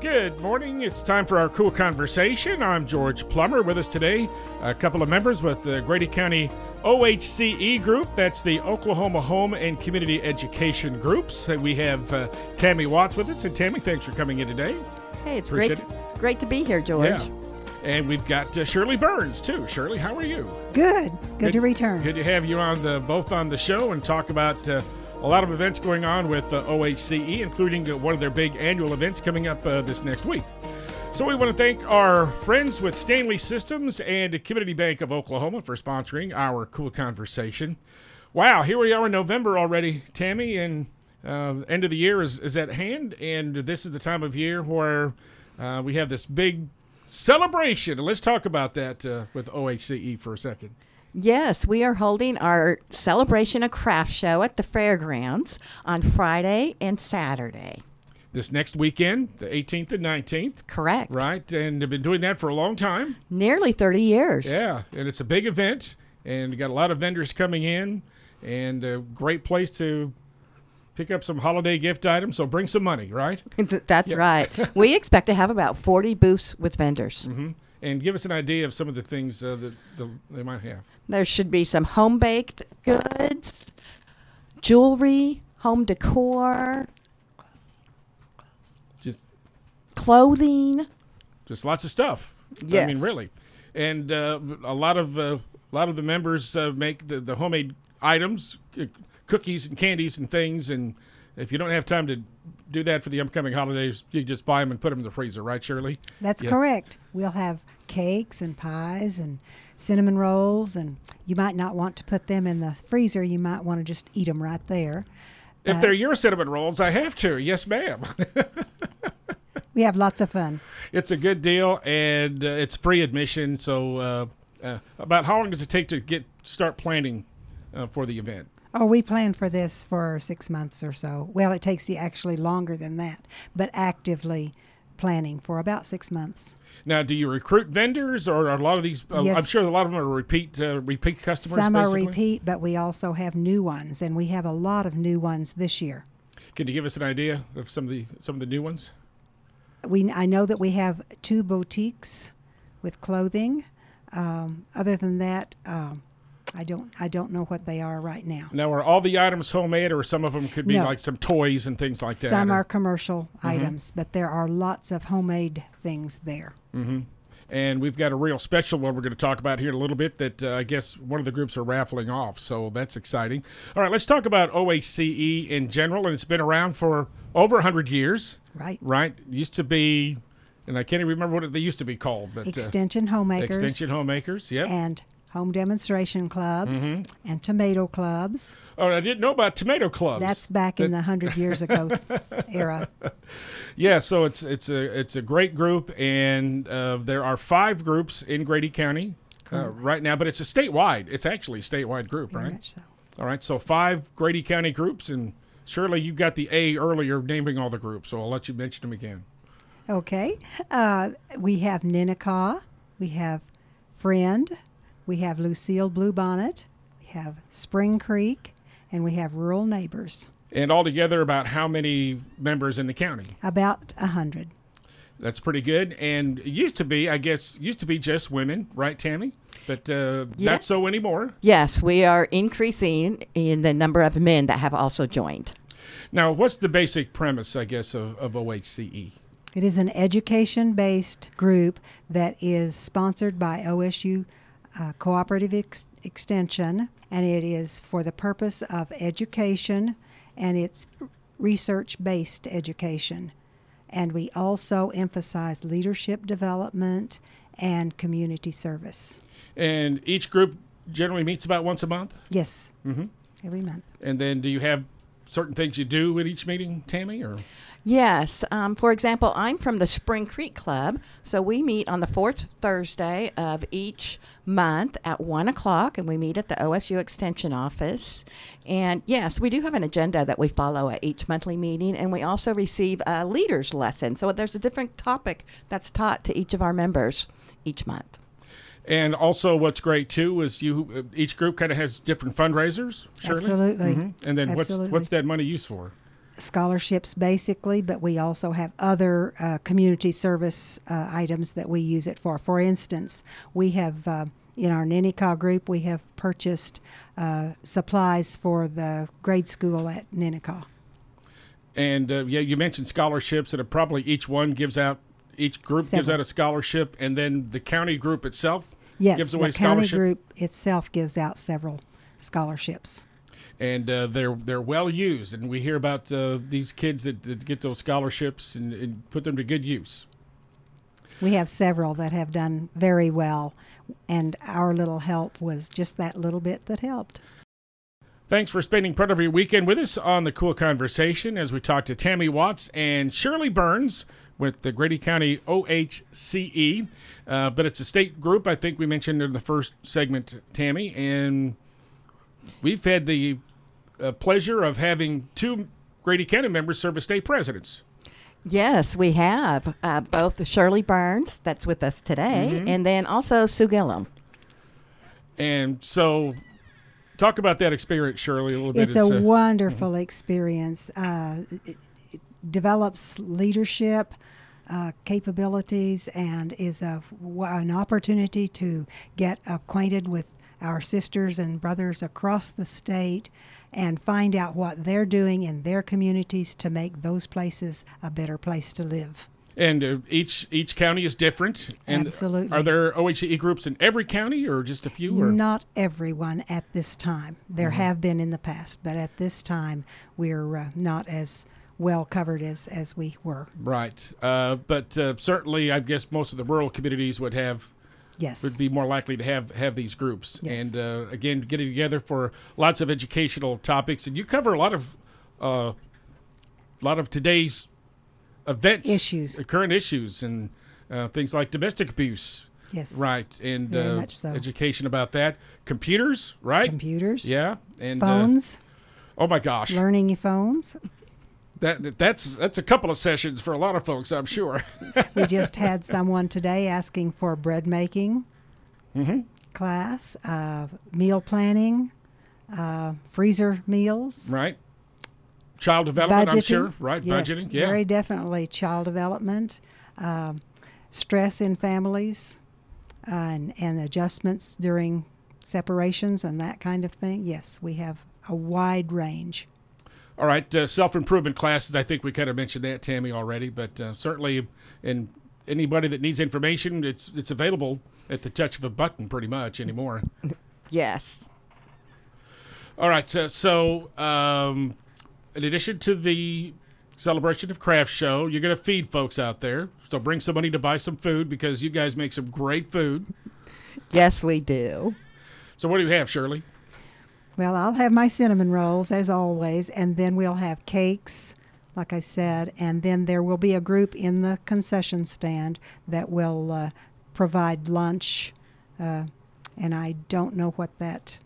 Good morning. It's time for our cool conversation. I'm George Plummer. With us today, a couple of members with the Grady County OHCE E group. That's the Oklahoma Home and Community Education groups. And We have uh, Tammy Watts with us. And Tammy, thanks for coming in today. Hey, it's Appreciate great. Great to be here, George. And we've got uh, Shirley Burns too. Shirley, how are you? Good. Good, to return. Good to have you on the both on the show and talk about uh, a lot of events going on with uh, OHCE, including uh, one of their big annual events coming up uh, this next week. So we want to thank our friends with Stanley Systems and Community Bank of Oklahoma for sponsoring our cool conversation. Wow, here we are in November already, Tammy, and uh, end of the year is, is at hand, and this is the time of year where uh, we have this big celebration. Let's talk about that uh, with OHCE for a second. Yes, we are holding our celebration of craft show at the fairgrounds on Friday and Saturday. this next weekend, the 18th and 19th, Correct. right? And they've been doing that for a long time. Nearly 30 years. Yeah, and it's a big event, and you got a lot of vendors coming in, and a great place to pick up some holiday gift items. So bring some money, right? That's right. we expect to have about 40 booths with vendors. Mm-hmm. And give us an idea of some of the things uh, that the, they might have. There should be some home baked goods, jewelry, home decor, Just, clothing. just lots of stuff. I mean, Yes. really, and uh, a lot of uh, a lot of the members uh, make the, the homemade items, c- cookies and candies and things. And if you don't have time to do that for the upcoming holidays, you just buy them and put them in the freezer, right, Shirley? That's Yeah. correct. We'll have cakes and pies and cinnamon rolls, and you might not want to put them in the freezer. You might want to just eat them right there. If they're your cinnamon rolls, I have to. Yes, ma'am. We have lots of fun. it's a good deal, and uh, it's free admission. So, uh, uh, about how long does it take to get start planning uh, for the event? Oh, we plan for this for six months or so. Well, it takes you actually longer than that, but actively planning for about six months. Now, do you recruit vendors, or are a lot of these? uh, I'm Yes. sure a lot of them are repeat uh, repeat customers. Some are basically? repeat, but we also have new ones, and we have a lot of new ones this year. Can you give us an idea of some of the some of the new ones? we I know that we have two boutiques with clothing. Um, other than that, um, I don't I don't know what they are right now. Now, are all the items homemade, or some of them could be No. like some toys and things like that? Some or- are commercial Mm-hmm. items, but there are lots of homemade things there. and we've got a real special one we're going to talk about here in a little bit that uh, I guess one of the groups are raffling off, so that's exciting. All right, let's talk about OHCE E in general, and it's been around for over 100 years, Right. right? Used to be, and I can't even remember what it- they used to be called, but Extension uh, homemakers Extension Homemakers, yeah. and home demonstration clubs and tomato clubs. oh, I didn't know about tomato Mm-hmm. clubs. That's back in the hundred years ago era. Yeah, so it's it's a it's a great group, and uh, there are five groups in Grady County uh, right now, but it's a statewide. It's actually a statewide group, Very right? much so. All right, so five Grady County groups, and Shirley, you got the A earlier naming all the groups, so I'll let you mention them again. Okay. Uh, we have Ninakaw. We have Friend. We have Lucille Bluebonnet. We have Spring Creek. And we have Rural Neighbors. And altogether, about how many members in the county? About a 100. That's pretty good. And it used to be, I guess, used to be just women, right, Tammy? But uh, Yeah. not so anymore. Yes, we are increasing in the number of men that have also joined. Now, what's the basic premise, I guess, of, of OHCE? It is an education based group that is sponsored by OSU uh, Cooperative Ex- Extension, and it is for the purpose of education and it's research based education. And we also emphasize leadership development and community service. And each group generally meets about once a month. Yes, every month. And then do you have certain things you do at each meeting, Tammy? Or Yes. Um, for example, I'm from the Spring Creek Club, so we meet on the fourth Thursday of each month at one o'clock, and we meet at the OSU Extension office. And yes, we do have an agenda that we follow at each monthly meeting, and we also receive a leaders lesson. So there's a different topic that's taught to each of our members each month. and also what's great too is you uh, each group kind of has different fundraisers, Shirley. Absolutely. Mhm. And then what's Absolutely. what's that money used for? scholarships basically, but we also have other uh, community service uh, items that we use it for. For instance, we have uh, in our Nenikaw group, we have purchased uh, supplies for the grade school at Nenikaw. And uh, yeah, you mentioned scholarships, and probably each one gives out, each group gives Several. out a scholarship, and then the county group itself Yes, gives away the a county scholarship. group itself gives out several scholarships. and uh, they're they're well used. And we hear about uh, these kids that, that get those scholarships and, and put them to good use. We have several that have done very well, and our little help was just that little bit that helped. Thanks for spending part of your weekend with us on the Cool Conversation as we talk to Tammy Watts and Shirley Burns with the Grady County OHCE. Uh, but it's a state group, I think we mentioned in the first segment, Tammy, and we've had the uh, pleasure of having two Grady County members serve as state presidents. Yes, we have uh, both the Shirley Burns that's with us today, Mm-hmm. and then also Sue Gillum. And so, talk about that experience, Shirley, a little bit. uh, It's a wonderful experience. Uh, it, it develops leadership uh, capabilities and is a, w- an opportunity to get acquainted with our sisters and brothers across the state and find out what they're doing in their communities to make those places a better place to live. And uh, each each county is different. And Absolutely. Are there OHCE E groups in every county, or just a few? Or Not everyone at this time. There Mm-hmm. have been in the past, but at this time, we're uh, not as well covered as, as we were. right. Uh, but uh, certainly, I guess most of the rural communities would have Yes. would be more likely to have have these groups. Yes. And uh, again, getting together for lots of educational topics, and you cover a lot of a uh, lot of today's events, Issues. uh, current issues, and uh, things like domestic abuse. yes. Right, and Very uh, much so. education about that. Computers, right? Computers, Yeah, and uh, phones, oh my gosh, learning your phones. that that's that's a couple of sessions for a lot of folks, I'm sure. We just had someone today asking for bread making Mm-hmm. class, uh, meal planning, uh, freezer meals. right, child development, Mm, I'm sure. Right, Yes, budgeting. Yeah, Very definitely child development, um, stress in families, uh, and, and adjustments during separations and that kind of thing. Yes, we have a wide range. All right, uh, self improvement classes. I think we kind of mentioned that, Tammy, already. But uh, certainly, and anybody that needs information, it's it's available at the touch of a button, pretty much anymore. Yes. All right, uh, so um, in addition to the celebration of craft show, you're going to feed folks out there. So bring somebody to buy some food because you guys make some great food. Yes, we do. So what do you have, Shirley? Well, I'll have my cinnamon rolls as always, and then we'll have cakes, like I said, and then there will be a group in the concession stand that will uh, provide lunch, uh, and I don't know what that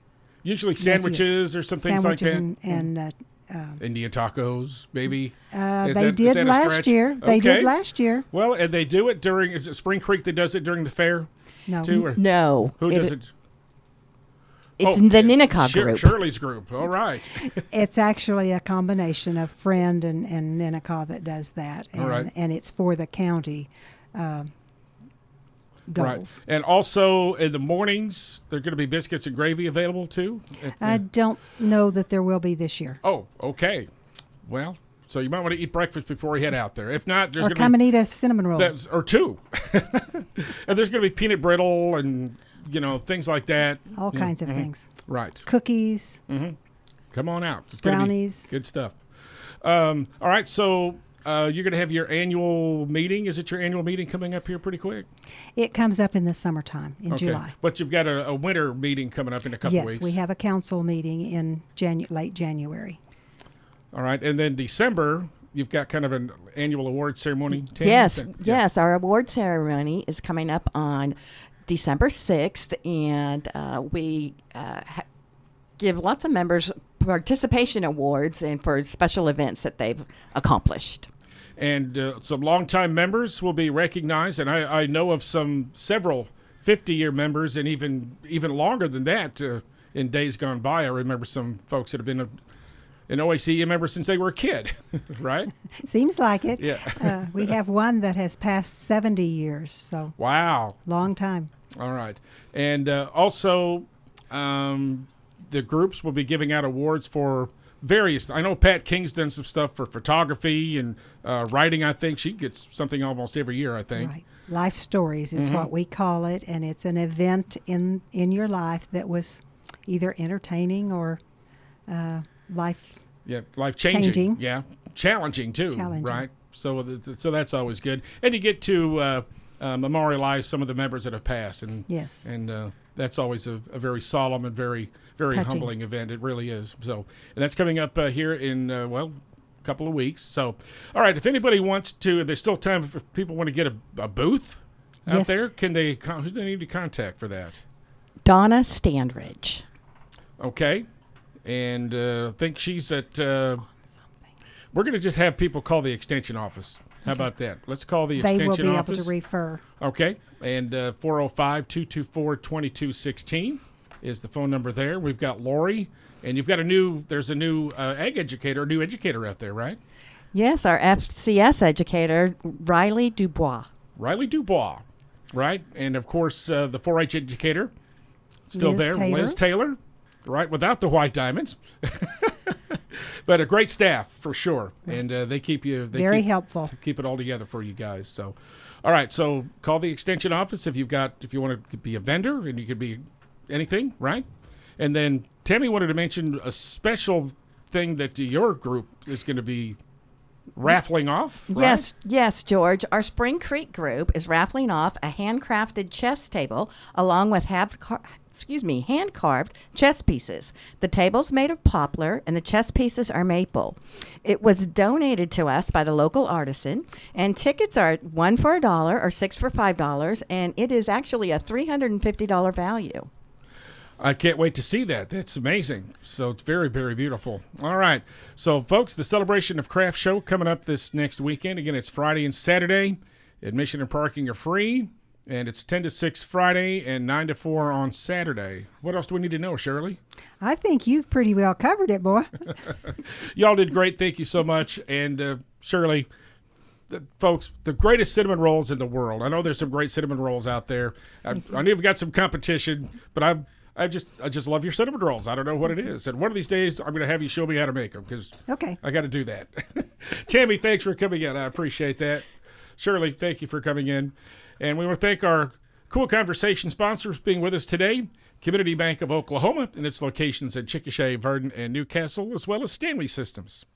Usually yes. sandwiches or some things like sandwiches that. and, and uh, um, Indian tacos, maybe. uh, Is they that- is did that a last stretch? year. They Okay. did last year. Well, and they do it during. Is it Spring Creek that does it during the fair No, too? Or No. who does it? It's Oh, in the Ninikaw Shir- group. Shirley's group. All right. it's actually a combination of Friend and and Nenakaw that does that, and, All right. and it's for the county um, goals. Right. And also in the mornings, there are going to be biscuits and gravy available too. at the- I don't know that there will be this year. Oh, okay. Well, so you might want to eat breakfast before you head out there. If not, there's or going come to be and eat a cinnamon roll. that's, or two, and there's going to be peanut brittle and you know things like that. All Yeah. kinds of things. Right. Cookies. Mm. Come on out. It's gonna be Brownies. Good stuff. Um, all right. So uh, you're going to have your annual meeting. Is it your annual meeting coming up here pretty quick? It comes up in the summertime in July. But you've got a, a winter meeting coming up in a couple Yes, weeks. we have a council meeting in Janu- late January. All right. And then December, you've got kind of an annual award ceremony. Tammy? Yes, Yeah. yes. Our award ceremony is coming up on December 6th, and uh, we uh, ha- give lots of members participation awards and for special events that they've accomplished. and uh, some longtime members will be recognized. And I, I know of some several 50-year members, and even even longer than that. Uh, in days gone by, I remember some folks that have been uh, an OACE member since they were a kid, right? Seems like it. Yeah. uh, we have one that has passed 70 years, so Wow. long time. All right. And uh, also, um, the groups will be giving out awards for various. I know Pat King's done some stuff for photography and uh, writing, I think. She gets something almost every year, I think. Right. Life stories is Mm-hmm. what we call it, and it's an event in in your life that was either entertaining or uh, life. Yeah, life changing. Changing. Yeah, challenging too. Challenging. Right. So, th- so that's always good. And you get to uh, uh, memorialize some of the members that have passed, and Yes. and uh, that's always a, a very solemn and very very Touching. humbling event. It really is. So, and that's coming up uh, here in uh, well. a Couple of weeks, so all right. If anybody wants to, there's still time if people want to get a, a booth out Yes. there. Can they? con- Who do they need to contact for that? Donna Standridge. Okay. And uh, I think she's at. Uh, we're going to just have people call the extension office. How about that? Let's call the They will extension be office. able to refer. okay. And uh, 405 224 2216 is the phone number there. We've got Lori. And you've got a new, there's a new uh, egg educator, a new educator out there, right? Yes, our FCS educator, Riley Dubois. Riley Dubois, right? And of course, uh, the 4 H educator, still Liz there, Taylor. Liz Taylor, right? Without the white diamonds. but a great staff for sure. And uh, they keep you, they Very keep, helpful. keep it all together for you guys. So, all right. So call the extension office if you've got, if you want to be a vendor and you could be anything, right? And then Tammy wanted to mention a special thing that your group is going to be raffling off. right? Yes, yes, George. Our Spring Creek group is raffling off a handcrafted chess table along with have car- excuse me, hand carved chess pieces. The table's made of poplar and the chess pieces are maple. It was donated to us by the local artisan and tickets are one for a dollar or six for five dollars and it is actually a three hundred and fifty dollar value. I can't wait to see that. That's amazing. So it's very, very beautiful. All right. So, folks, the Celebration of Craft show coming up this next weekend. Again, it's Friday and Saturday. Admission and parking are free. And it's 10 to 6 Friday and 9 to 4 on Saturday. What else do we need to know, Shirley? I think you've pretty well covered it, boy. Y'all did great. Thank you so much. And uh, Shirley, the, folks, the greatest cinnamon rolls in the world. I know there's some great cinnamon rolls out there. I, I know you've got some competition, but I'm. I just, I just love your cinnamon rolls. I don't know what it is, and one of these days I'm going to have you show me how to make them because Okay. I got to do that. Tammy, thanks for coming in. I appreciate that. Shirley, thank you for coming in. And we want to thank our cool conversation sponsors being with us today Community Bank of Oklahoma and its locations at Chickasha, Verdon, and Newcastle, as well as Stanley Systems.